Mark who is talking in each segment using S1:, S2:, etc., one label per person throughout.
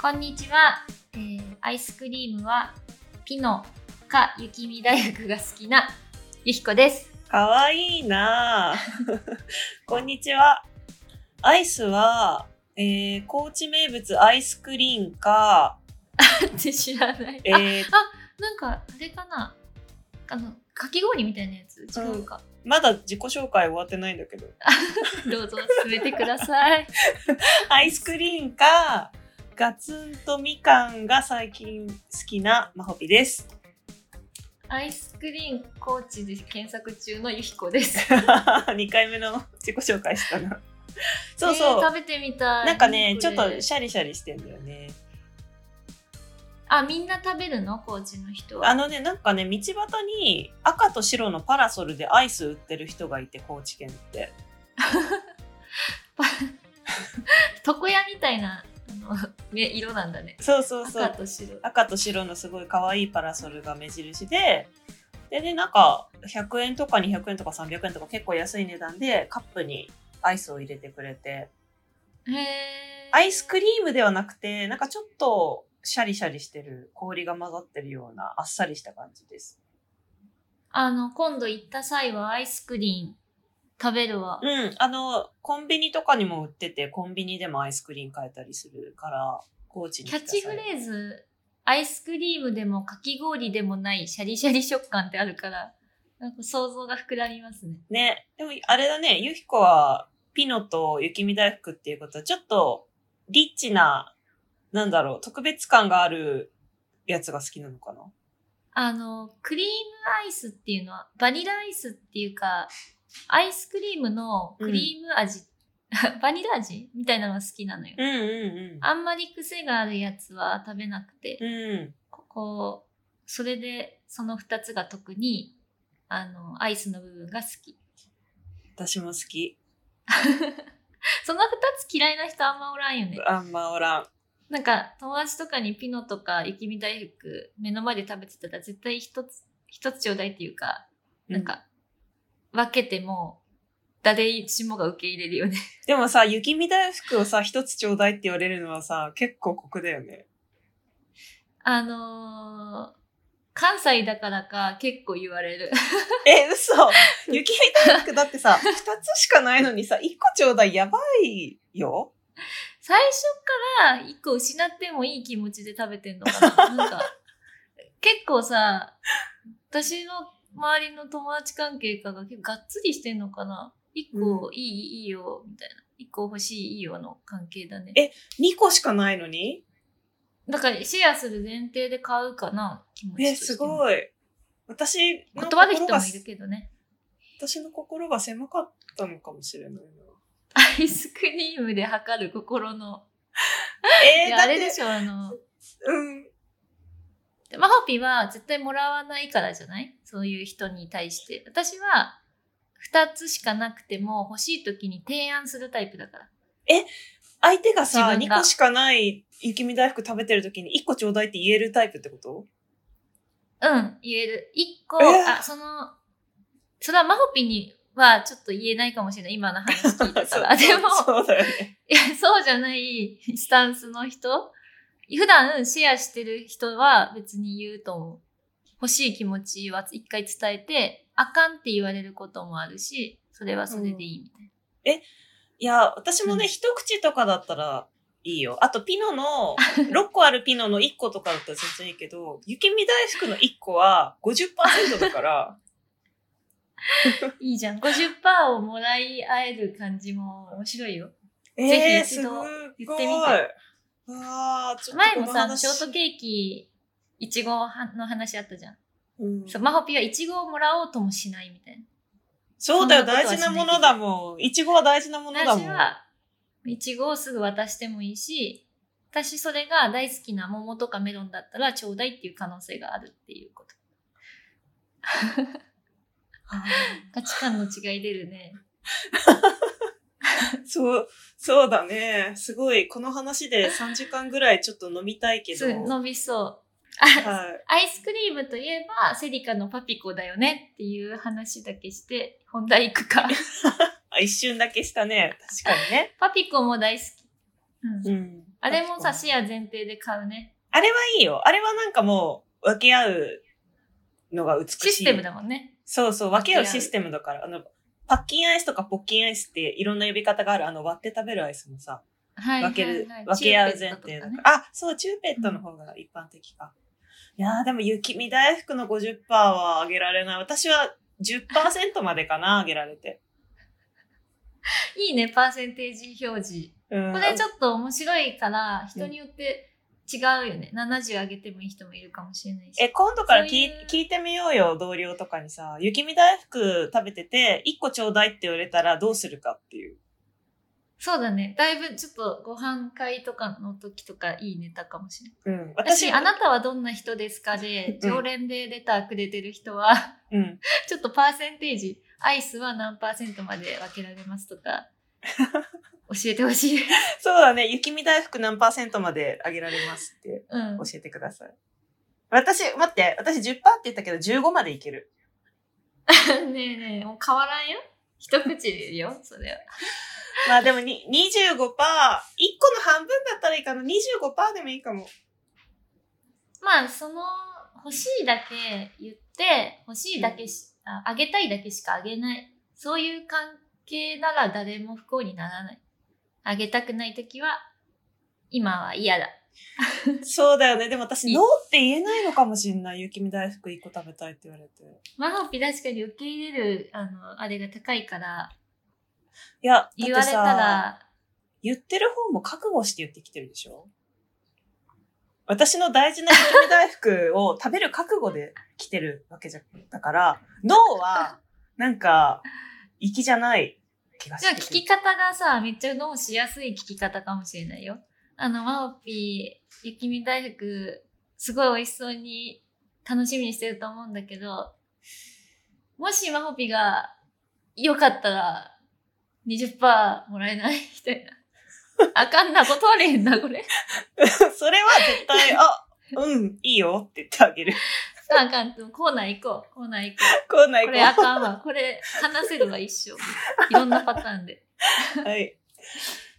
S1: こんにちは、えーアイスクリームはピノか雪見大福が好きなゆひこです。
S2: かわい いなあこんにちは。アイスは、えー、高知名物アイスクリーンか、
S1: って知らない。
S2: え
S1: あ、
S2: ー、
S1: なんかあれかなあの、かき氷みたいなやつ違うか。
S2: まだ自己紹介終わってないん だけど、
S1: どうぞ進めてください。
S2: アイスクリーンか、ガツンとみかんが最近好きなまほぴです。
S1: アイスクリーンコーチで検索中のゆひこです。
S2: 2回目の自己紹介したな。そう
S1: え
S2: そう。
S1: ー食べてみたい。
S2: なんかね、ちょ
S1: 何
S2: っ
S1: これ
S2: とシャリシャリしてんだよね。
S1: あ、みんな食べるのコーチの人は。
S2: あのね、なんかね、道端に赤と白のパラソルでアイス売ってる人がいて、高知県って。
S1: 床屋みたいなあの め色なんだね。
S2: そうそうそう
S1: 赤と白。
S2: 赤と白のすごい可愛いパラソルが目印ででねなんか100円とか200円とか300円とか結構安い値段でカップにアイスを入れてくれて
S1: へえ。
S2: アイスクリームではなくてなんかちょっとシャリシャリしてる氷が混ざってるようなあっさりした感じです
S1: あの今度行った際はアイスクリーン食べるわ。
S2: うんあのコンビニとかにも売っててコンビニでもアイスクリーン買えたりするから高知に
S1: キャッチフ
S2: ー
S1: レーズアイスクリームでもかき氷でもないシャリシャリ食感ってあるからなんか想像が膨らみますね。
S2: ね。でも、あれだね、ゆひこは、ピノと雪見大福っていうことは、ちょっと、リッチな、なんだろう、特別感があるやつが好きなのかな
S1: あのクリームアイスっていうのはバニラアイスっていうかアイスクリームのクリーム味、 バニラ味みたいなのが好きなのよ。
S2: うんうん
S1: あんまり癖があるやつは食べなくて、
S2: うん。うん。
S1: ここそれでその2つが特にあのアイスの部分が好き
S2: 私も好き。
S1: その2つ嫌いな人あんまおらんよね
S2: あんまおらん。
S1: なんか友達とかにピノとか雪見大福目の前で食べてたら絶対1つ一つちょうだいっていうか
S2: う
S1: なん。か分けても誰しもが受け入れるよね
S2: でもさ、雪見大福をさ、一つちょうだいって言われるのはさ、結構酷だよ ね。
S1: あのー関西だからか結構言われる
S2: え、嘘雪見大福だってさ、二つしかないのにさ、一個ちょうだいやばいよ。
S1: 最初から一個失ってもいい気持ちで食べてんのか ななんか、結構さ、私の周りの友達関係かが結構がっつりしてんのかな一個いい、いいよ、みたいな。一個欲しい、いいよの関係だね。
S2: え二個しかないのに
S1: だからシェアする前提で買うかな、気持ち
S2: え、
S1: として
S2: す
S1: い。
S2: ごい。私の
S1: 断る人
S2: 心が
S1: もいるけどね。
S2: 私の心が狭かったのかもしれないな。
S1: アイスクリームで測る心の。い
S2: え
S1: や
S2: ー、だ
S1: あ
S2: っ
S1: れで
S2: て、
S1: しょ、あの、
S2: うん。
S1: でマホピは絶対もらわないからじゃないそういう人に対して私は2つしかなくても欲しい時に提案するタイプだから
S2: 相手がさ、
S1: 自分
S2: 2
S1: が
S2: 個しかない雪見大福食べてる時に1個ちょうだいって言えるタイプってこと
S1: うん言える1個、
S2: えー
S1: あそのそれはマホピにはちょっと言えないかもしれない今の話聞いたから
S2: そう
S1: でも
S2: そうだよね。
S1: いやそうじゃないスタンスの人普段シェアしてる人は別に言うと思う欲しい気持ちは一回伝えてあかんって言われることもあるしそれはそれでいいみたいな。
S2: いや、私もね、
S1: うん
S2: 一口とかだったらいいよ。あと、ピノ の、6個あるピノの1個とかだったら全然いいけど、雪見大福の1個は50%だから、
S1: いいじゃん。50%をもらい合える感じも面白いよ。
S2: え ー、
S1: ぜひ一
S2: す
S1: 度
S2: ごい。
S1: 言ってみて
S2: うわーちょっと
S1: 前
S2: この
S1: もさ、
S2: 話
S1: ショートケーキ、いちごの話あったじゃん。
S2: うん
S1: そう、マホピはいちごをもらおうともしないみたい
S2: そうだよ、
S1: そんなこ
S2: 大
S1: とはし
S2: 事
S1: ないけ
S2: な
S1: ど
S2: ものだもん。いちごは大事なもの
S1: な。
S2: だも
S1: 私
S2: ん。
S1: は、いちごをすぐ渡してもいいし、私それが大好きな桃とかメロンだったらちょうだいっていう可能性があるっていうこと。
S2: あ
S1: 価値観の違い出るね。
S2: ー そう、そうだね。すごい、この話で3時間ぐらいちょっと飲みたいけど。
S1: す伸びそう。
S2: はい。
S1: アイスクリームといえばセリカのパピコだよねっていう話だけして、本 題行くか。
S2: あ、一瞬だけしたね。確かにね。
S1: パピコも大好き。 うん
S2: うん。
S1: あれもさ、
S2: 確かに
S1: 視野前提で買うね。
S2: あれはいいよ。あれはなんかもう、分け合うのが美しい。
S1: システムだもんね。
S2: そうそう、分け合う
S1: 分け合う
S2: システムだから。あの、パッキンアイスとかポッキンアイスっていろんな呼び方がある。あの、割って食べるアイスもさ、
S1: はいは
S2: 分
S1: い、
S2: け
S1: はい
S2: る、分け合う前提だ
S1: だ
S2: から。あ、そう、チューペットの方が一般的か。いやー、でも雪見大福の50%は上げられない。私は10%までかな、上げられて。
S1: いいね、パーセンテージ表示。
S2: うん
S1: これちょっと面白いから、人によって違うよね。70上げてもいい人もいるかもしれないし。
S2: え、今度から聞い
S1: そういう
S2: 聞いてみようよ、同僚とかにさ。雪見大福食べてて、1個ちょうだいって言われたらどうするかっていう。
S1: そうだね。だいぶちょっとご飯会とかの時とかいいネタかもしれない。
S2: うん。
S1: 私、あなたはどんな人ですかで、
S2: うん
S1: 常連でレターくれてる人は、
S2: うん。
S1: ちょっとパーセンテージ、アイスは何パーセントまで分けられますと か、教えてほしい。
S2: そうだね、雪見大福何パーセントまで上げられますって
S1: うん
S2: 教。えてください。私、待って、私10%って言ったけど15までいける。
S1: ねえねえ、もう変わらんよ。一口 よ、それは。
S2: まあでもに25%、1個の半分だったらいいかな。25%でもいいかも。
S1: まあ、その、欲しいだけ言って、欲しいだけし、ああげたいだけしかあげない。そういう関係なら誰も不幸にならない。あげたくないときは、今は嫌だ。
S2: そうだよね。でも
S1: い
S2: 私、
S1: い
S2: ノーって言えないのかもしんない。雪見大福1個食べたいって言われて。
S1: マホピ確かに受け入れる、あの、あれが高いから、
S2: いや、だってさ
S1: 言われたら、
S2: 言ってる方も覚悟して言ってきてるでしょ私の大事な雪見大福を食べる覚悟で来てるわけじゃ、だから、脳は、なんか、粋じゃない気がし
S1: じゃあ
S2: て
S1: 聞
S2: くる
S1: き方がさ、めっちゃ脳しやすい聞き方かもしれないよ。あの、マオピー、雪見大福、すごい美味しそうに楽しみにしてると思うんだけど、もしマホピーが良かったら20%もらえないみたい な。あかんな、断れへんな、これ。
S2: それは絶対、あ、うん、いいよって言ってあげる。
S1: あかん、コーナー行こう、コーナー行こ
S2: こうな
S1: う。
S2: い
S1: こ
S2: こ
S1: れあかんわ、これ話せるわ、一生。いろんなパターン で。
S2: う。はい。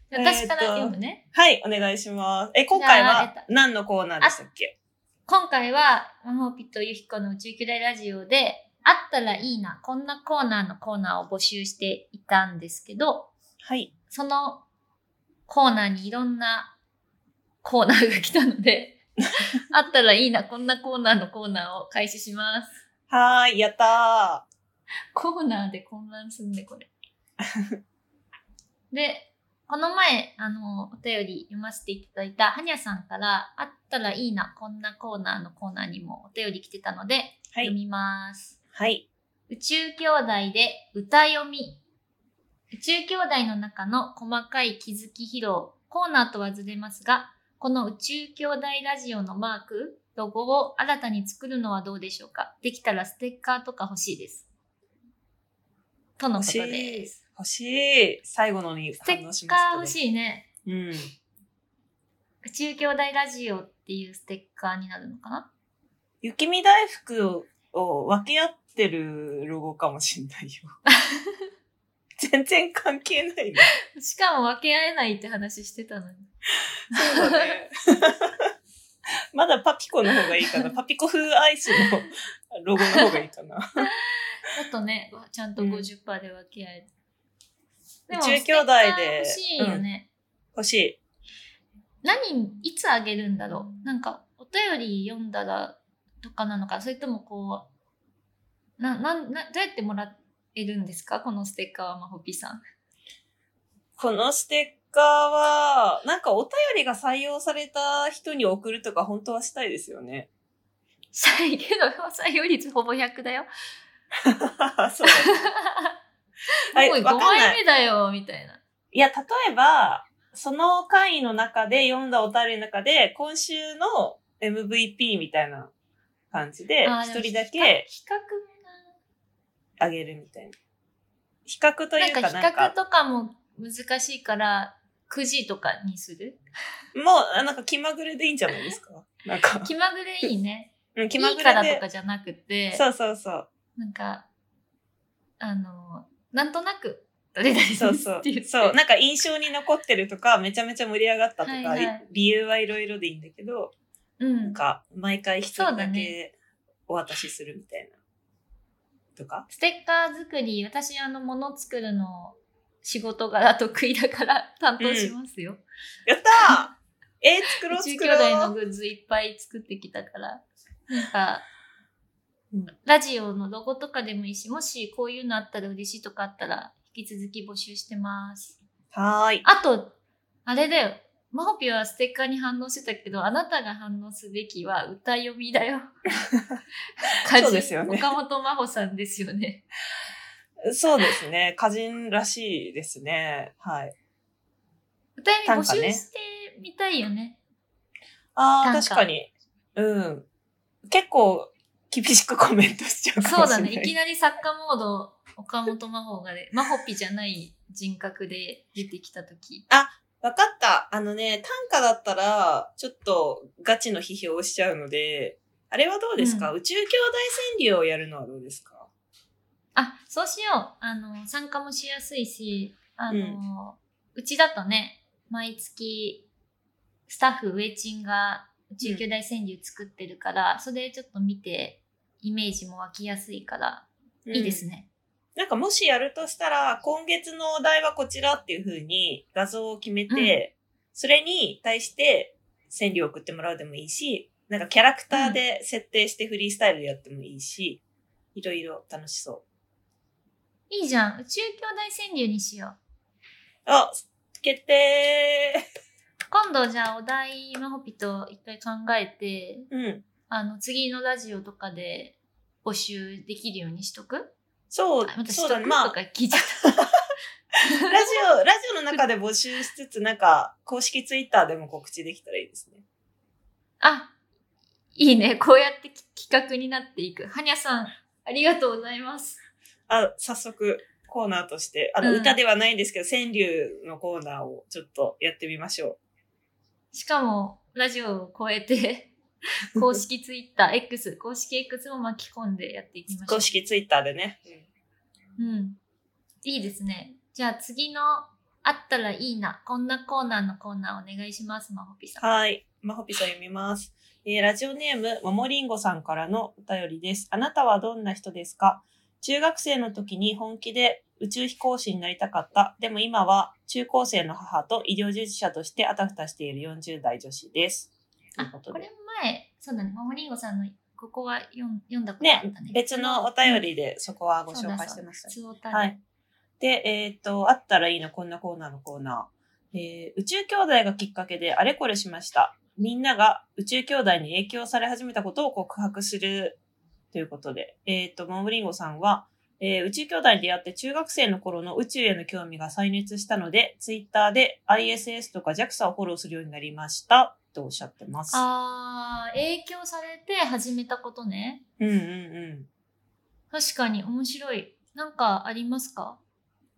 S1: じゃあ私から
S2: えーと
S1: 読むね。
S2: はい、お願いします。え、今回
S1: じゃあ
S2: は
S1: えっと
S2: 何のコーナーでしたっけ
S1: 今回は、マホピとユヒコの宇宙巨大ラジオで、あったらいいな、こんなコーナーのコーナーを募集していたんですけど、
S2: はい。
S1: そのコーナーにいろんなコーナーが来たので、あったらいいな、こんなコーナーのコーナーを開始します。
S2: はーい、やった
S1: コーナーで混乱すんで、これ。で、この前、あの、お便り読ませていただいた、はにゃさんから、あったらいいな、こんなコーナーのコーナーにもお便り来てたので、
S2: ー。は
S1: 読
S2: い。
S1: みます。
S2: はい。
S1: 宇宙兄弟で歌読み。宇宙兄弟の中の細かい気づき披露コーナーとはずれますが、この宇宙兄弟ラジオのマーク、ロゴを新たに作るのはどうでしょうかできたらステッカーとか欲しいです。とのことです。
S2: 欲しい。最後のに
S1: ステ
S2: 反応し
S1: ッ
S2: ま
S1: カ
S2: し
S1: ー
S2: た、
S1: 欲
S2: ね。
S1: しいね。
S2: うん。
S1: 宇宙兄弟ラジオっていうステッカーになるのかな
S2: 雪見大福を分け合ってるロゴかもしん ないよ。全然関係ないね。
S1: しかも分け合えないって話してたのに。
S2: そうだね。 まだパピコの方がいいかな。パピコ風アイスのロゴの方がいいかな。
S1: だとね、ちゃんと
S2: うん
S1: 50%で分け合える。
S2: 宇宙兄弟で
S1: ステッカー欲しいよね。
S2: 欲しい。
S1: 何、いつあげるんだろうなんか、お便り読んだらとかなのか、それともこう、な、なん、な、どうやってもらえるんですかこのステッカーはまほぴさん。
S2: このステッカーは、なんかお便りが採用された人に送るとか本当はしたいです よね。
S1: したいけど、採用率ほぼ100だよ。
S2: そうだね。
S1: も
S2: は
S1: う
S2: い、
S1: 5
S2: わかんない
S1: 枚。目だよ、みたいな。
S2: いや、例えば、その回の中で読んだお便りの中で、今週の MVP みたいな感じで、
S1: あー
S2: 一
S1: でも
S2: 人だけ
S1: 比較もな。
S2: あげるみたいな。比較と
S1: ないん
S2: うか
S1: か
S2: なん
S1: 比較
S2: か、
S1: とかも難しいから、9時とかにする
S2: もう、あなんか気まぐれでいいんじゃないですかなんか、
S1: 気まぐれいいね。
S2: うん、気
S1: い
S2: ま
S1: い
S2: ぐ
S1: から
S2: れ
S1: と
S2: で。
S1: かじゃなくて、
S2: そうそうそう。
S1: なんか、あの、なんとなく誰々です
S2: そうそう
S1: って言って。。
S2: そう。なんか印象に残ってるとか、めちゃめちゃ盛り上がったとか、
S1: はいはい
S2: い理由はいろいろでいいんだけど、
S1: う
S2: なん
S1: ん。
S2: か、毎回一
S1: そ
S2: 人
S1: う
S2: だ
S1: だ
S2: け
S1: ね
S2: お渡しするみたいな。とか
S1: ステッカー作り、私、あの、物作るの仕事柄得意だから担当しますよ。
S2: やった ーえー、作ろう
S1: 中
S2: 作
S1: 兄弟
S2: ろ
S1: の
S2: う
S1: グッズいっぱい作ってきたから。なんか
S2: うん、
S1: ラジオのロゴとかでもいいし、もしこういうのあったら嬉しいとかあったら、引き続き募集してます。
S2: はーい。
S1: あと、あれだよ。マホピはステッカーに反応してたけど、あなたが反応すべきは歌読みだよ。
S2: そうですよね
S1: 歌人岡本真帆さんですよね。
S2: そうですね。歌人らしいですね。はい。
S1: 歌読み募
S2: 短歌ね
S1: 集してみたいよね。
S2: ああ、
S1: 短歌
S2: 確かに。うん。結構、厳しくコメントしちゃうか
S1: そ
S2: も
S1: う
S2: しれ
S1: だ
S2: ない。
S1: ね。いきなり作家モード、岡本真帆がで、真帆ピじゃない人格で出てきたとき。
S2: わかった。あのね、短歌だったら、ちょっとガチの批評をしちゃうので、あれはどうですか、
S1: う
S2: 宇宙兄弟川柳をやるのはどうですか
S1: あ、そうしよう。あの、参加もしやすいし、あの、うちだとね、毎月、スタッフ、ウェイチンが宇宙兄弟川柳作ってるから、それちょっと見て、イメージも湧きやすいから、いいです
S2: ね。
S1: ね。
S2: なんかもしやるとしたら、今月のお題はこちらっていう風に画像を決めて、それに対して川柳を送ってもらうでもいいし、なんかキャラクターで設定してフリースタイルでやってもいいし、いろいろ楽しそ
S1: いいじゃん。宇宙兄弟川柳にしよう。
S2: う。あ、決定
S1: 今度じゃあお題、まほぴと一回考えて、
S2: うん。
S1: あの、次のラジオとかで募集できるようにしとく
S2: そう
S1: あま、たし
S2: そう
S1: と
S2: だ
S1: く、
S2: ね。まあ
S1: と、か聞いちゃっ
S2: ラジオ、ラ ジオの中で募集しつつ、なんか、公式ツイッターでも告知できたらいいですね。
S1: た。あ、いいね。こうやってき企画になっていく。はにゃさん、ありがとうございます。
S2: あ、早速、コーナーとして、あの、
S1: うん
S2: 歌ではないんですけど、川柳のコーナーをちょっとやってみましょ
S1: しかも、ラジオを超え て、公式ツイッター、X、公式 X も巻き込んでやっていきま
S2: う。
S1: しょう。
S2: 公式ツイッターでね。
S1: うん。いいですね。じゃあ次の、あったらいいな。こんなコーナーのコーナーお願いします、まほぴさん。
S2: はい。まほぴさん読みます。えーラジオネーム、ももりんごさんからのお便りです。あなたはどんな人ですか中学生の時に本気で宇宙飛行士になりたかった。でも今は中高生の母と医療従事者としてあたふたしている40代女子です。
S1: あ、
S2: というと
S1: こ
S2: で
S1: れ前、そうだね、マモリンゴさんのここは読ん読んだことあった
S2: ね
S1: ね。、
S2: 別のお便りでそこはご紹介してましたね。
S1: そうだそうだ普通お便り
S2: はい。で、えっ、と、あったらいいの、こんなコーナーのコーナー。えー宇宙兄弟がきっかけであれこれしました。みんなが宇宙兄弟に影響され始めたことを告白するということで、えっ、と、モブリンゴさんは、えー宇宙兄弟に出会って中学生の頃の宇宙への興味が再熱したので、ツイッターで ISS とか JAXA をフォローするようになりました、とおっしゃってます。
S1: あー、影響されて始めたことね。
S2: うんうんうん。
S1: 確かに面白い。なんかありますか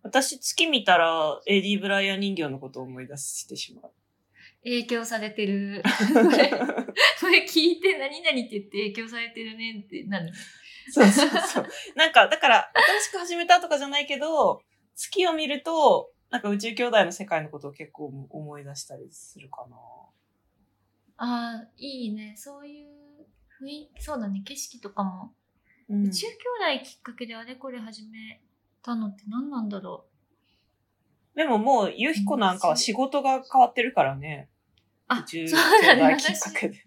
S2: 私、月見たら、エディ・ブライアン人形のことを思い出して しまう。
S1: 影響されて る。これ、これ聞いて何々って言って影響されてるねってなる。
S2: そうそうそう。 なんか、だから、新しく始めたとかじゃないけど、月を見ると、なんか宇宙兄弟の世界のことを結構思い出したりするかな。
S1: あー、いいね。そういう雰囲気、そうだね、景色とかも。
S2: うん
S1: 宇宙兄弟きっかけであれこれ始めたのって何なんだろう
S2: でももう、ゆひこなんかは仕事が変わってるからね。
S1: あ
S2: 宇宙兄
S1: そうだ
S2: 弟
S1: ね
S2: きっかけで。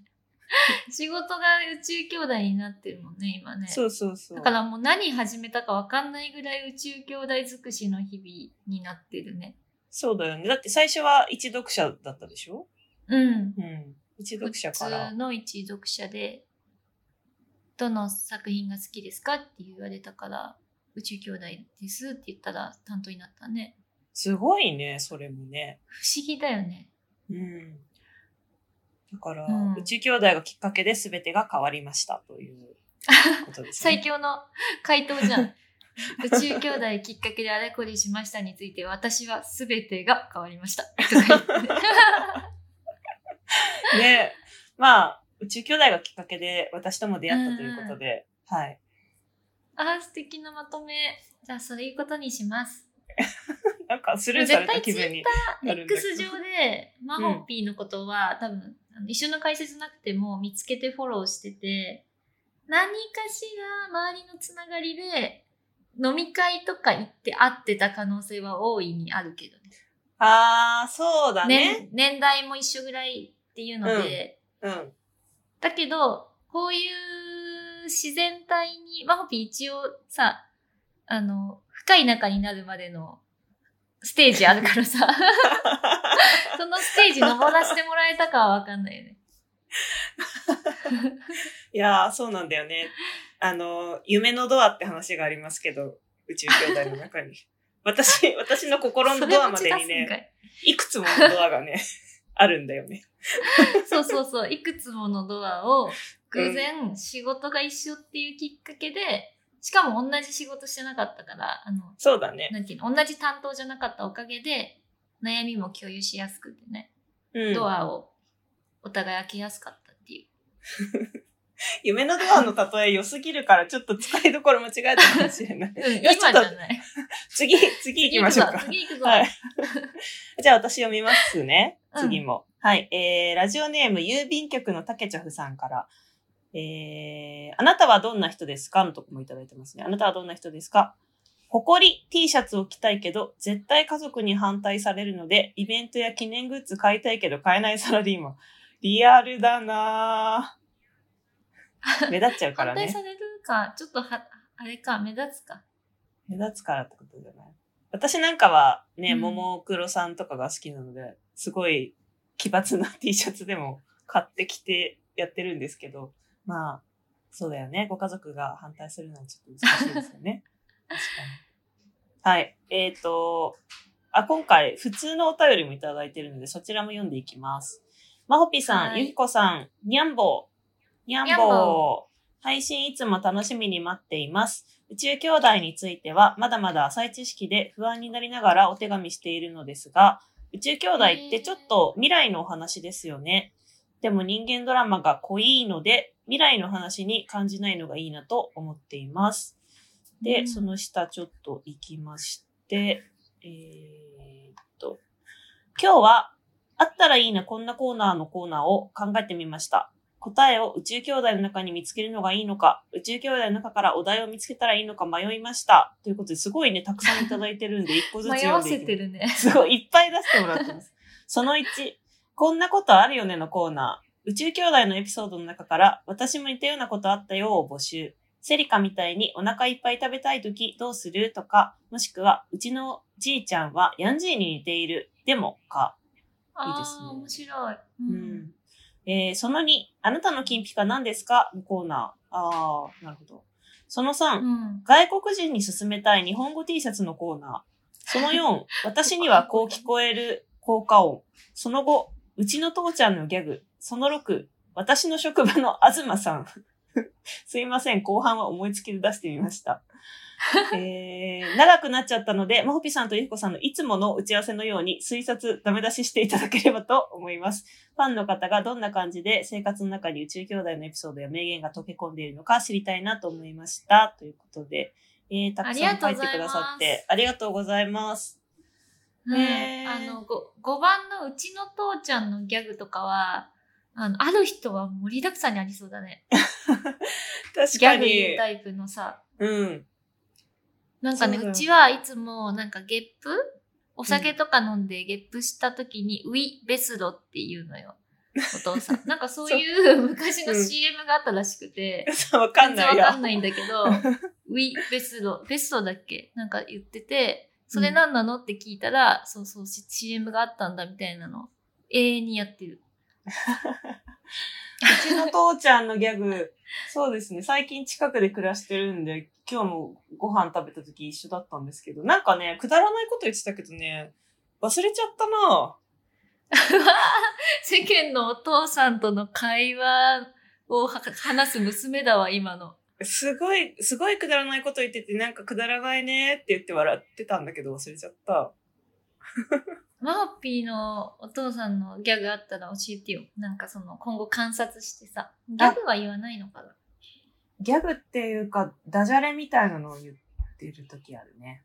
S1: 仕事が宇宙兄弟になってるもんね今ね
S2: そうそうそう。
S1: だからもう何始めたかわかんないぐらい宇宙兄弟尽くしの日々になってるね
S2: そうだよね。だって最初は一読者だったでしょ
S1: うん
S2: うん。一
S1: 普
S2: 読者から
S1: 通。の一読者でどの作品が好きですかって言われたから宇宙兄弟ですって言ったら担当になったね
S2: すごいね、それもね。
S1: 不思議だよね
S2: うんだから、
S1: うん
S2: 宇宙兄弟がきっかけで全てが変わりましたということです
S1: 最
S2: ね。
S1: 強の回答じゃん宇宙兄弟きっかけであれこれしましたについて私は全てが変わりましたとか言って
S2: ね、まあ、宇宙兄弟がきっかけで私とも出会ったということで、はい。
S1: あー素敵なまとめ。じゃあ、そういうことにします。
S2: なんかスルーさ
S1: 絶
S2: れた
S1: 対
S2: 気
S1: ツイ
S2: 分
S1: ッ
S2: に
S1: タ
S2: な
S1: ー
S2: るんだけど
S1: X 上でマホピーのことは、多分あの一緒の解説なくても見つけてフォローしてて何かしら周りのつながりで飲み会とか行って会ってた可能性は大いにあるけどね
S2: ああ、そうだね。
S1: 年年代も一緒ぐらいっていうので、
S2: うん。
S1: だけどこういう自然体にマホピー一応さあの深い仲になるまでのステージあるから さそのステージ登らせてもらえたかはわかんないよね。
S2: いやー、そうなんだよね。あの、夢のドアって話がありますけど、宇宙兄弟の 中に。私、私の心のドアまでにね、いくつものドアがね、あるんだよね。
S1: そうそうそう。いくつものドアを偶然仕事が一緒っていうきっかけで、しかも同じ仕事してなかったから、あの、
S2: そうだね。
S1: なんていうの、同じ担当じゃなかったおかげで、悩みも共有しやすくてね、
S2: うん。
S1: ドアをお互い開けやすかったっていう。
S2: 夢のドアの例え良すぎるから、ちょっと使いどころ間違えたかもしれない。
S1: うん、
S2: や
S1: 今
S2: ち
S1: じ
S2: ょ
S1: ゃ
S2: っと
S1: ない。
S2: 次、次行きましょうか。
S1: 次行くぞ。
S2: はい。 じゃあ私読みますね
S1: う。ん
S2: 次も。はい。えー、ラジオネーム郵便局のたけちゃふさんから。えー、あなたはどんな人ですかのとこもいただいてますね。あなたはどんな人ですか誇り T シャツを着たいけど、絶対家族に反対されるので、イベントや記念グッズ買いたいけど買えないサラリーマン。リアルだなぁ。目立っちゃうから
S1: 反対
S2: ね
S1: さ。れるか、ちょっとは、あれか、目立つか。
S2: 目立つからってことじゃない私なんかはね、
S1: うん
S2: ももクロさんとかが好きなので、すごい奇抜な T シャツでも買ってきてやってるんですけど、まあ、そうだよね。ご家族が反対するのはちょっと難しいですよ ね。確かに。はい。えっ、と、あ、今回、普通のお便りもいただいてるので、そちらも読んでいきます。まほぴさん、
S1: はい
S2: ゆきこさん、にゃんぼう。にゃん
S1: にゃん
S2: ぼ
S1: ぼ
S2: う。配信いつも楽しみに待っています。宇宙兄弟については、まだまだ浅い知識で不安になりながらお手紙しているのですが、宇宙兄弟ってちょっと未来のお話ですよね。でも人間ドラマが濃いので、未来の話に感じないのがいいなと思っています。
S1: う
S2: で、
S1: ん
S2: その下ちょっと行きまして、えーっと、今日は、あったらいいなこんなコーナーのコーナーを考えてみました。答えを宇宙兄弟の中に見つけるのがいいのか、宇宙兄弟の中からお題を見つけたらいいのか迷いました。ということで、すごいね、たくさんいただいてるんで、一個ずつ
S1: 迷
S2: 読
S1: わ
S2: んで
S1: せ
S2: いきま
S1: て
S2: す。
S1: るね。
S2: すごい、いっぱい出してもらってます。その1、こんなことあるよねのコーナー。宇宙兄弟のエピソードの中から、私も似たようなことあったよを募集。セリカみたいにお腹いっぱい食べたい時どうするとか、もしくは、うちのじいちゃんはヤンジーに似ている。でも、か。いいですね
S1: ああ、面白い。
S2: う。ん。えーその2、あなたの金ピカ何ですかのコーナー。あー、なるほど。その3、
S1: うん。
S2: 外国人に勧めたい日本語 T シャツのコーナー。その4、私にはこう聞こえる効果音。その5、うちの父ちゃんのギャグ。その6、私の職場の東さん。すいません、後半は思いつきで出してみま した。えー、長くなっちゃったので、まほぴさんとゆきこさんのいつもの打ち合わせのように推察、ダメ出ししていただければと思います。ファンの方がどんな感じで生活の中に宇宙兄弟のエピソードや名言が溶け込んでいるのか知りたいなと思いました。ということで、えー、たくさん書いてくださってありがとうございます。ね
S1: ね、あの 5, 5番のうちの父ちゃんのギャグとかはあのある人は盛りだくさんにありそうだね
S2: 確
S1: ギ
S2: か
S1: ャグ言
S2: に
S1: う。タイプのさ
S2: うん。
S1: なんかね
S2: そ
S1: う,、
S2: うだよ
S1: ちはいつもなんかゲップお酒とか飲んでゲップした時に「ウィ・ベスロ」っていうの よお父さんなんかそういう昔の
S2: うん
S1: CM があったらしくて、
S2: そうわかんない
S1: 全然
S2: よ
S1: わ。かんないんだけ ど、ウィ・ベスト、ベストだっけなんか言ってて、それ何なのって聞いたら、そうそう、し CM があったんだみたいなの。永遠にやってる。
S2: うちの父ちゃんのギャグ、そうですね、最近近くで暮らしてるんで、今日もご飯食べた時一緒だったんですけど、なんかね、くだらないこと言ってたけどね、忘れちゃったな
S1: 世間のお父さんとの会話をは話す娘だわ、今の。
S2: すごい、すごいくだらないこと言ってて、なんかくだらないねって言って笑ってたんだけど忘れちゃった。
S1: マホピーのお父さんのギャグあったら教えてよ。なんかその、今後観察してさ。ギャグは言わないのかな
S2: ギャグっていうか、ダジャレみたいなのを言ってる時あるね。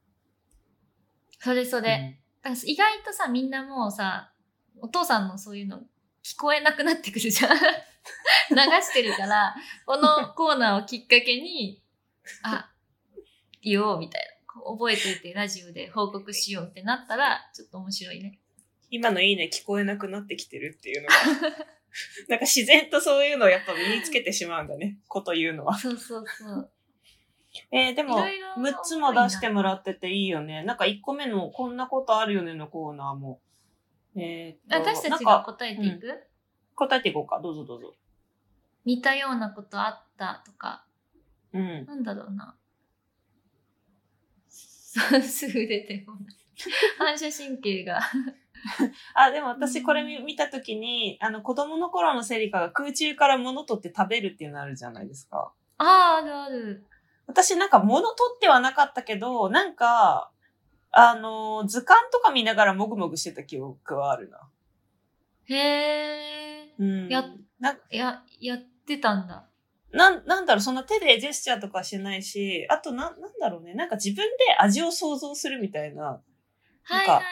S1: それそれ。だから意外とさ、みんなもうさ、お父さんのそういうの聞こえなくなってくるじゃん。流 してるから、このコーナーをきっかけに、あ、言おうみたいな。こう覚えといてラジオで報告しようってなったら、ちょっと面白いね。
S2: 今のいいね聞こえなくなってきてるっていうのが。 なんか自然とそういうのをやっぱ身につけてしまうんだね。こと言うのは。
S1: そうそうそう。
S2: えー、でも、
S1: いろいろ
S2: 6つも出してもらってていいよね。なんか1個目のこんなことあるよねのコーナーも。えーっと
S1: 私たち
S2: な
S1: が
S2: んか
S1: 答えていく、
S2: 答えていこうか。どうぞどうぞ。
S1: 似たようなことあったとか、
S2: うん。
S1: なんだろうな。 そうすぐ出てこない。反射神経が。
S2: あ、でも私これ見見たときに、あの子供の頃のセリカが空中から物取って食べるっていうのあるじゃないですか。
S1: ああ、あるある。
S2: 私なんか物取ってはなかったけど、なんか、あのー図鑑とか見ながらもぐもぐしてた記憶はあるな。
S1: へえ。
S2: うん。
S1: や
S2: な、
S1: や、やってたんだ。
S2: なん、なんだろう、そんな手でジェスチャーとかしないし、あとな、なんだろうね、なんか自分で味を想像するみたいな。
S1: はいはいはいはい。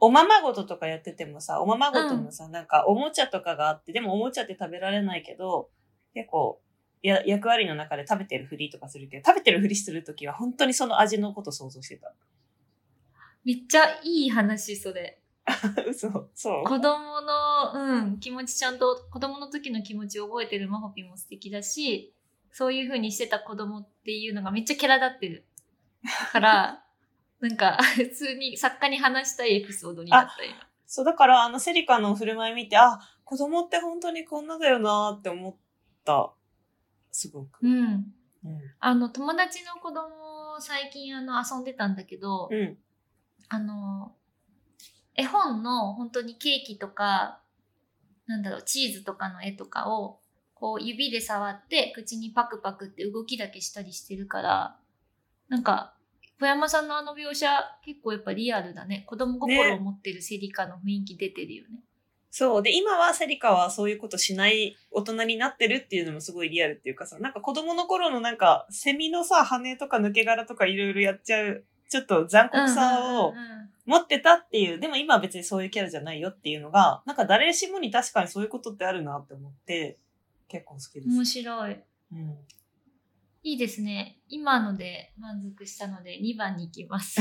S2: おままごととかやっててもさ、おままごともさ、なんかおもちゃとかがあって、でもおもちゃって食べられないけど、結構、や、役割の中で食べてるふりとかするけど、食べてるふりするときは本当にその味のこと想像してた。
S1: めっちゃいい話、それ。
S2: 嘘、そう。
S1: 子供の、うん、気持ちちゃんと、子供の時の気持ちを覚えてるマホピも素敵だし、そういう風にしてた子供っていうのがめっちゃキャラ立ってる。から、 なんか、普通に作家に話したいエピソードになった今。
S2: そう、だから、あの、セリカの振る舞い見て、あ、子供って本当にこんなだよなーって思った。すごく。
S1: うん。
S2: うん。
S1: あの、友達の子供、最近あの、遊んでたんだけど、
S2: うん。
S1: あの、絵本の本当にケーキとか、なんだろう、チーズとかの絵とかを、こう指で触って口にパクパクって動きだけしたりしてるから、なんか、小山さんのあの描写結構やっぱリアルだね。子供心を持ってるセリカの雰囲気出てるよね。
S2: そう。で、今はセリカはそういうことしない大人になってるっていうのもすごいリアルっていうかさ、なんか子供の頃のなんか、セミのさ、羽とか抜け殻とかいろいろやっちゃう、ちょっと残酷さを
S1: うんうんうんうん
S2: 持ってたっていう、でも今は別にそういうキャラじゃないよっていうのが、なんか誰しもに確かにそういうことってあるなって思って、結構好きです
S1: 面。白い。
S2: うん。
S1: いいですね。今ので満足したので2番に行き ます。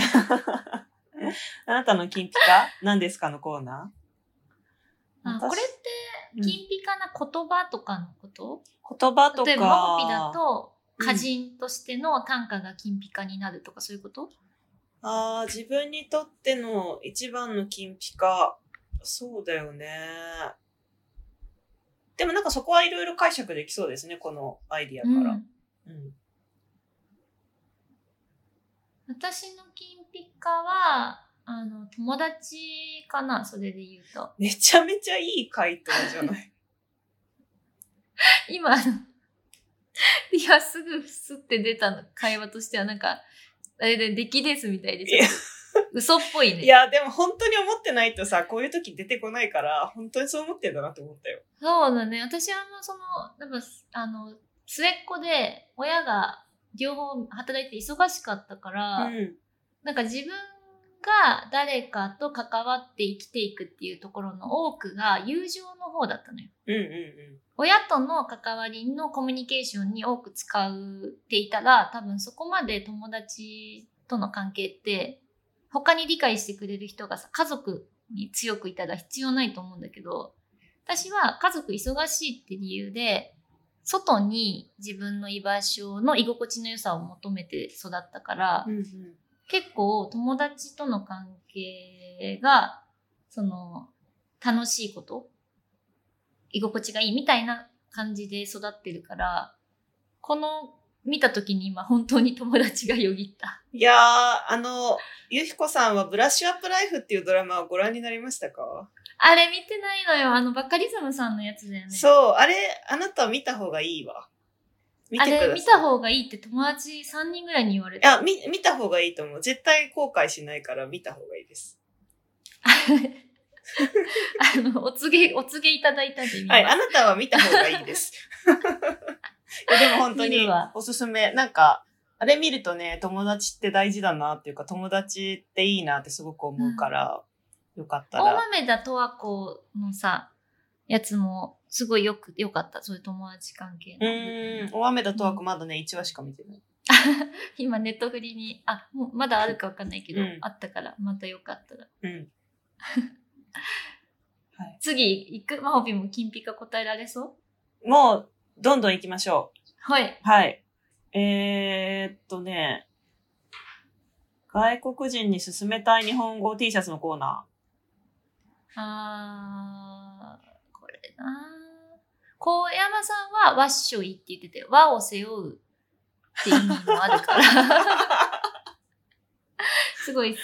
S2: あなたの金ピカ何ですかのコーナー
S1: あこれって
S2: うん
S1: 金ピカな言葉とかのこと、
S2: 言葉とか。
S1: 例えば、マホピだと、
S2: うん
S1: 歌人としての単価が金ピカになるとか、そういうこと
S2: ああ、自分にとっての一番の金ピカ。そうだよね。でもなんかそこはいろいろ解釈できそうですね、このアイディアから。
S1: うん
S2: うん。
S1: 私の金ピカは、あの、友達かな、それで言うと。
S2: めちゃめちゃいい回答じゃない。
S1: 今、あの いや、すぐすって出たの、会話としては、なんか、あれで、出来ですみたいで、ちょっと嘘っぽいね。
S2: いや、でも本当に思ってないとさ、こういう時出てこないから、本当にそう思ってんだなって思ったよ。
S1: そうだね。私はもうその、やっぱ、あの、末っ子で、親が両方働いて忙しかったから、
S2: ん。
S1: なんか自分が誰かと関わって生きていくっていうところの多くが友情の方だったのよ。
S2: うんう
S1: 親との関わりのコミュニケーションに多く使っていたら多分そこまで友達との関係って他に理解してくれる人がさ家族に強くいたら必要ないと思うんだけど私は家族忙しいって理由で外に自分の居場所の居心地の良さを求めて育ったから、
S2: んうん。うんうん。
S1: 結構友達との関係がその楽しいこと居心地がいいみたいな感じで育ってるからこの見た時に今本当に友達がよぎった
S2: いやー、あの、ゆひこさんはブラッシュアップライフっていうドラマをご覧になりましたか、
S1: あれ見てないのよあのバカリズムさんのやつだよね
S2: そう、あれ、あなた見た方がいいわ。見
S1: あ
S2: てください。
S1: れ見た方がいいって友達3人ぐらいに言われ
S2: い
S1: た
S2: や、見、見た方がいいと思う。絶対後悔しないから見た方がいいです。
S1: あのお告げお告げいただいたんで見ま
S2: は
S1: す
S2: い、あなた は見た方がいいです。いやでも本当
S1: 見
S2: に
S1: るわ
S2: おすすめ。なんか、あれ見るとね、友達って大事だなっていうか、友達っていいなってすごく思うから、よかった
S1: 大
S2: ら。
S1: 豆田十和子のさ、やつも、すごいよく、よかった。そういう友達関係
S2: う
S1: の。
S2: ーん、大雨だとはまだね、1話しか見てない。
S1: 今、ネットフリに、あ、もうまだあるかわかんないけど、
S2: うん
S1: あったから、またよかったら。
S2: うん。はい。
S1: 次、行くまほぴも金ピカ答えられそう
S2: もう、どんどん行きましょ
S1: はい。
S2: う。はい。えー、っとね、外国人に勧めたい日本語 T シャツのコーナ
S1: あー、これな高山さんは、わっしょいって言ってて、和を背負うって意味もあるから。 すごい好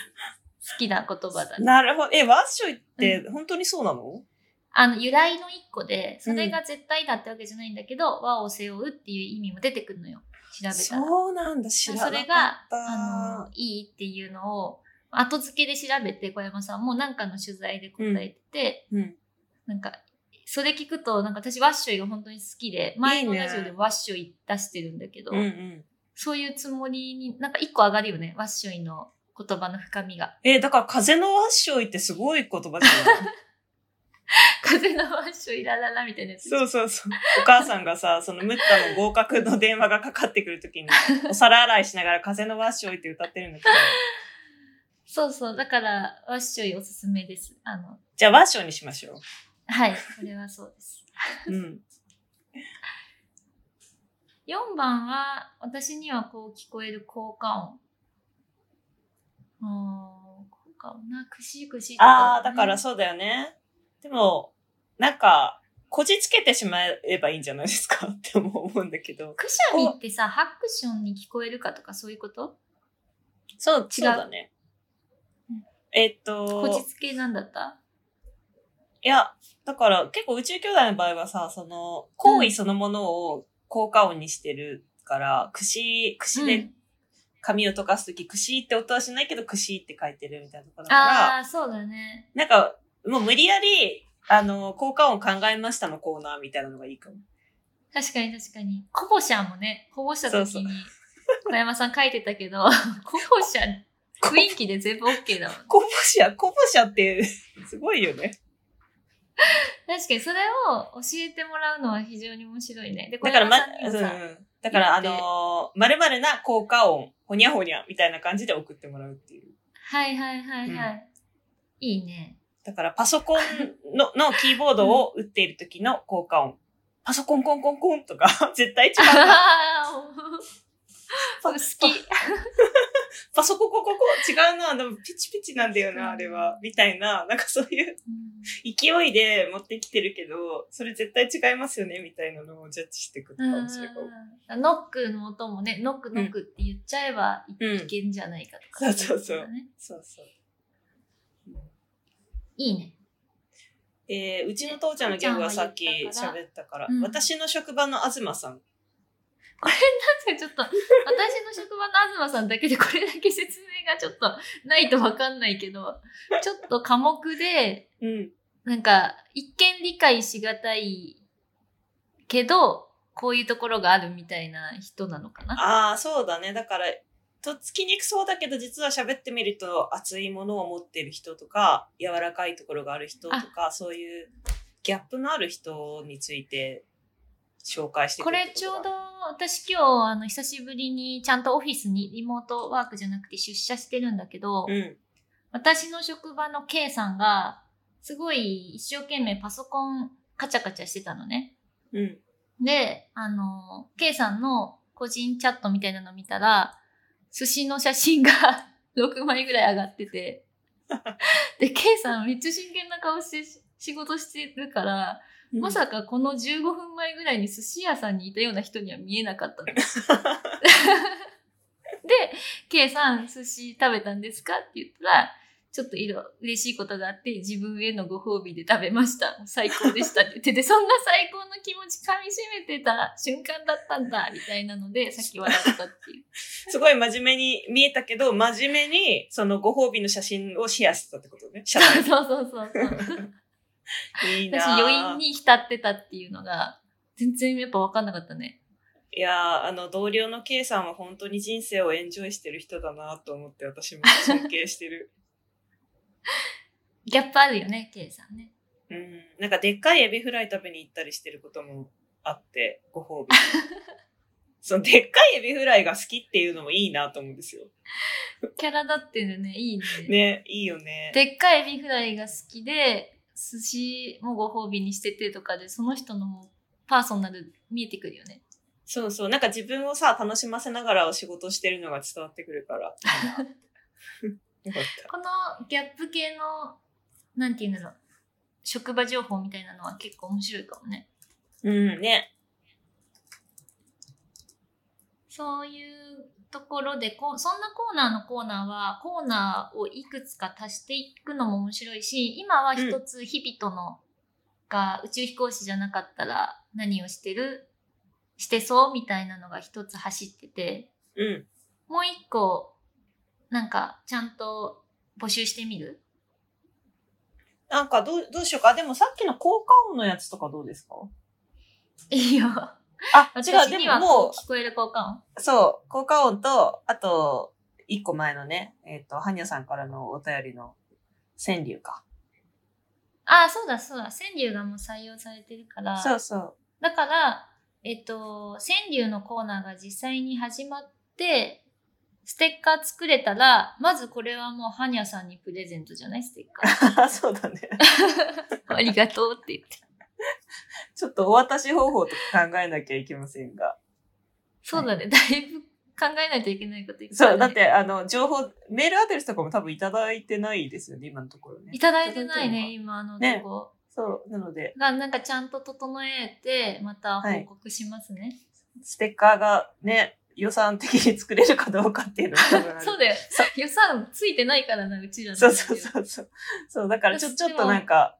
S1: きな言葉だ
S2: ー。
S1: ね。
S2: なるほど。え、ワッショイって本当にそうなの、
S1: あの、由来の一個で、それが絶対だってわけじゃないんだけど、和を背負うっていう意味も出てくるのよ。調べたら。
S2: そうなんだ、知らなか
S1: そ
S2: った。
S1: れが、あの、いいっていうのを、後付けで調べて、小山さんもなんかの取材で答えてて、
S2: うん。
S1: なんか、それ聞くと、なんか私、ワッショイが本当に好きで、前のラジオでワッショイ出してるんだけど、
S2: うんうん。
S1: そういうつもりに、なんか一個上がるよね、ワッショイの言葉の深みが。
S2: えーだから風のワッショイってすごい 言葉じゃない
S1: 風のワッショイラララみたいなやつ。
S2: そうそうそう。お母さんがさ、そのムッタの合格の電話がかかってくると きに、お皿洗いしながら風のワッショイって歌ってるんだけど、
S1: そうそう、だから、ワッショイおすすめです。あの、
S2: じゃあワッショイにしましょ
S1: はい、これはそうです。
S2: う。うん。
S1: 4番は、私にはこう聞こえる効果音。うーん、効果音な、くしくしと
S2: ああ、だから
S1: ね
S2: そうだよね。でも、なんか、こじつけてしまえばいいんじゃないですか っても思うんだけど。
S1: くしゃみってさ、ハクションに聞こえるかとかそういうこと
S2: そう、違うだね
S1: うん。
S2: えっと、
S1: こじつけなんだった
S2: いや、だから結構宇宙兄弟の場合はさ、その、行為そのものを効果音にしてるから、串、串
S1: う
S2: で
S1: ん
S2: 髪を溶かすとき、串って音はしないけど、串って書いてるみたいなところだから、
S1: ああ、そうだね。
S2: なんか、もう無理やり、あの、効果音考えましたのコーナーみたいなのがいいかも。
S1: 確かに確かに。コボシャンもね、こぼした時
S2: そう
S1: に、小山さん書いてたけど、 コボシャン、雰囲気で全部 OK だもん。
S2: こぼしゃ、こぼしゃって、 すごいよね。
S1: 確かにそれを教えてもらうのは非常に面白いね。で、小
S2: だから、
S1: 山さ
S2: ま、
S1: んに
S2: う
S1: も
S2: ん
S1: さ、
S2: うん。だから、あのー、まるまるな効果音、ほにゃほにゃみたいな感じで送ってもらうっていう。
S1: はいはいはいはい。いいね。
S2: だからパソコンの のキーボードを打っている時の効果音。パソコンコンコンコンとか、 絶対違う
S1: あ
S2: な。
S1: あ、好 き。
S2: パソコンコンコンコン違うな。でもピチピチなんだよな、あれは。みたいな、なんかそういう勢いで持ってきてるけど、それ絶対違いますよね、みたいなのをジャッジしてくるかもしれない。
S1: うんノックの音もね、ノックノックって言っちゃえばい,、
S2: うん
S1: けんじゃないかとか。
S2: そうそうそう
S1: いことだね
S2: そうそう。
S1: いいね。
S2: えー、うちの父ちゃんのギャグはさっき
S1: 父ちゃんは
S2: 喋ったから、
S1: うん
S2: 私の職場の東さん。
S1: なんかちょっと、私の職場の東さんだけでこれだけ説明がちょっとないとわかんないけど、ちょっと科目で、
S2: うん。
S1: なんか、一見理解しがたいけど、こういうところがあるみたいな人なのかな。
S2: ああ、そうだね。だから、とっつきにくそうだけど、実は喋ってみると、熱いものを持ってる人とか、柔らかいところがある人とか、そういうギャップのある人について紹介して
S1: こ
S2: く
S1: れちょうど私今日あの久しぶりにちゃんとオフィスにリモートワークじゃなくて出社してるんだけど、
S2: うん。
S1: 私の職場の K さんがすごい一生懸命パソコンカチャカチャしてたのね。
S2: うん。
S1: で、あの、K さんの個人チャットみたいなの見たら、寿司の写真が 6枚ぐらい上がって て。で、K さんめっちゃ真剣な顔してし仕事してるから、ま
S2: か
S1: さかこの15分前ぐらいに寿司屋さんにいたような人には見えなか ったの。で、K さん寿司食べたんですかって言ったら、ちょっといろいろ嬉しいことがあって、自分へのご褒美で食べました。最高でしたって言ってて、そんな最高の気持ち噛み締めてた瞬間だったんだ、みたいなので、さっき笑ったって いう。
S2: すごい真面目に見えたけど、真面目に、そのご褒美の写真をシェアしてたってこと ね。社
S1: そう
S2: 内
S1: そうそうそうそう。
S2: いいな
S1: 私
S2: ぁ
S1: 余韻に浸ってたっていうのが、全然やっぱ分かんなかったね。
S2: いやー、あの、同僚の K さんは本当に人生をエンジョイしてる人だなと思って、私も尊敬してる。
S1: ギャップあるよね、ケイさんね。
S2: うん。なんか、でっかいエビフライ食べに行ったりしてることもあって、ご 褒美。その、でっかいエビフライが好きっていうのもいいなと思うんですよ。
S1: キャラだっていうのね、いいね。
S2: ね、いいよね。
S1: でっかいエビフライが好きで、寿司もご褒美にしててとかで、その人のもうパーソナル見えてくるよね。
S2: そうそう。なんか自分をさ、楽しませながらお仕事してるのが伝わってくる から。よかった。
S1: このギャップ系の、なんていうんだろう、職場情報みたいなのは結構面白いかもね。
S2: うん、ね。
S1: そういうところでこう、そんなコーナーのコーナーは、コーナーをいくつか足していくのも面白いし、今は一つ日々との、が宇宙飛行士じゃなかったら何をしてるしてそうみたいなのが一つ走ってて、
S2: うん。
S1: もう一個、なんか、ちゃんと募集してみる
S2: なんかどう、どうしようか。でもさっきの効果音のやつとかどうですか
S1: いいよ。
S2: あ、
S1: 私
S2: 違う、
S1: に
S2: で
S1: は
S2: もも
S1: こう聞こえる効果音。
S2: う、そう、効果音と、あと、一個前のね、えっ、と、はにゃさんからのお便りの川柳か。
S1: ああ、そうだそうだ。川柳がもう採用されてるから。
S2: そうそう。
S1: だから、えっと、川柳のコーナーが実際に始まって、ステッカー作れたら、まずこれはもう、はにゃさんにプレゼントじゃないステッカー。
S2: そうだ ね。
S1: ありがとうって言って。
S2: ちょっとお渡し方法とか考えなきゃいけませんが。
S1: そうだね。だいぶ考えないといけないこといっぱいあ
S2: そう、
S1: る
S2: だ
S1: ね
S2: って、あの、情報、メールアドレスとかも多分いただいてないですよね、今のところね。
S1: いただいてないね、
S2: い
S1: 今のと
S2: ね
S1: こ。
S2: そう、なので、
S1: が、なんかちゃんと整えて、また報告しますね。
S2: ステッカーがね、予算的に作れるかどうかっていうのが多分ある
S1: そうだよ。予算ついてないからな、うちらの。
S2: そうそうそうそう。そう、だからちょ、
S1: 私
S2: ち
S1: も
S2: ょっとなんか、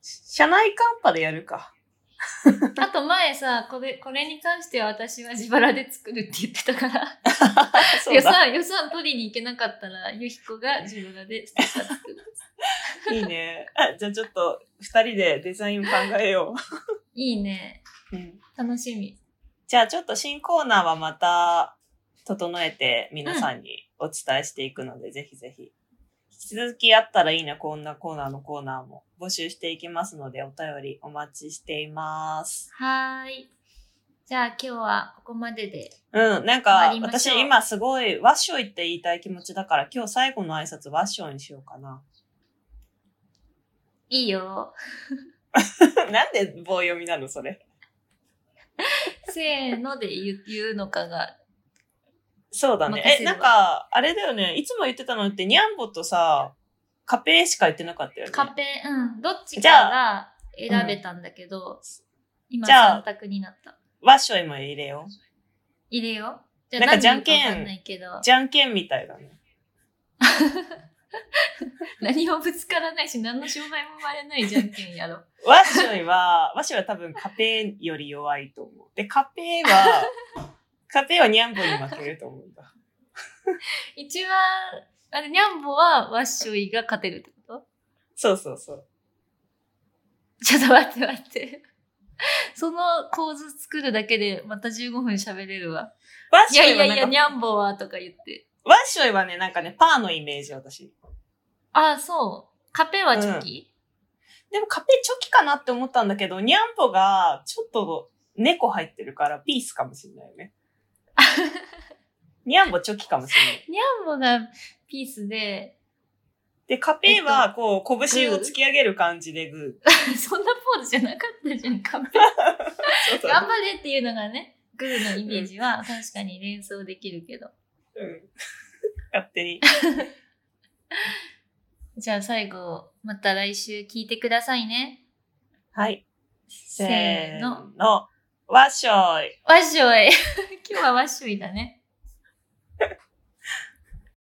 S2: 社内カンパでや るか。
S1: あと前さ、これ、これに関しては私は自腹で作るって言ってたから、
S2: そう
S1: 予
S2: だ。
S1: 算、予算取りに行けなかったら、ゆひこが自腹でステッカー作る。
S2: いいね。あ、じゃあちょっと、二人でデザイン考えよ
S1: いいね。
S2: う。
S1: 楽しみ。
S2: じゃあちょっと新コーナーはまた、整えて皆さんにお伝えしていくので、ぜひぜひ。引き続きあったらいいな、こんなコーナーのコーナーも募集していきますので、お便りお待ちしています。
S1: はーい。じゃあ今日はここまでで。
S2: うん、な
S1: 終
S2: んか
S1: わ、りまし
S2: 私
S1: ょう
S2: 今すごい、ワッショイって言いたい気持ちだから、今日最後の挨拶ワッショイにしようかな。
S1: いいよ。
S2: なんで棒読みなの、それ。
S1: せーので言う言うのかが。
S2: そうだね。
S1: 任せ
S2: え、
S1: るわ
S2: なんか、あれだよね。いつも言ってたのって、ニャンボとさ、カペーしか言ってなかったよね。
S1: カペ、うん。どっち
S2: じ
S1: か
S2: ゃ
S1: が選べたんだけど、今
S2: じゃあ
S1: 3択になった。
S2: ワッショイも入れよう。
S1: 入れよう。じゃあ
S2: なんか
S1: 何
S2: じ
S1: 言
S2: ゃん
S1: うか
S2: けん
S1: わかんないけど。
S2: じゃんけんみたいだね。
S1: 何もぶつからないし、何の障害も生まれないじゃんけんやろ。
S2: ワッショイは、 ワッショイは多分カペーより弱いと思う。で、カペーは、 カペーはニャンボに負けると思うんだ。
S1: 一番、あれ、ニャンボはワッショイが勝てるってこ
S2: そうそうそう。
S1: とちょっと待って待って。 その構図作るだけでまた15分喋れるわ。
S2: ワッ
S1: い
S2: シ
S1: や
S2: ョイ
S1: いや
S2: はいなん
S1: や、
S2: か
S1: ニャンボはとか言って。
S2: ワッショイはね、なんかね、パーのイメージ、私。
S1: ああ、そう。カペはチョキ、
S2: でもカペチョキかなって思ったんだけど、ニャンボがちょっと猫入ってるからピースかもしれないよ ね。ニャンボチョキかもしれない。
S1: ニャンボがピースで、
S2: で、カペはこう、拳を突き上げる感じでグー。
S1: そんなポーズじゃなかったじゃん、カペ。
S2: そうそう
S1: 頑張れっていうのがね、グーのイメージは確かに連想できるけど。
S2: うん、勝手に。
S1: じゃあ最後、また来週聞いてくださいね。
S2: はい。せ
S1: せー
S2: ー
S1: の。
S2: の。ワッショイ。
S1: わっしょい。今日はわっしょいだね。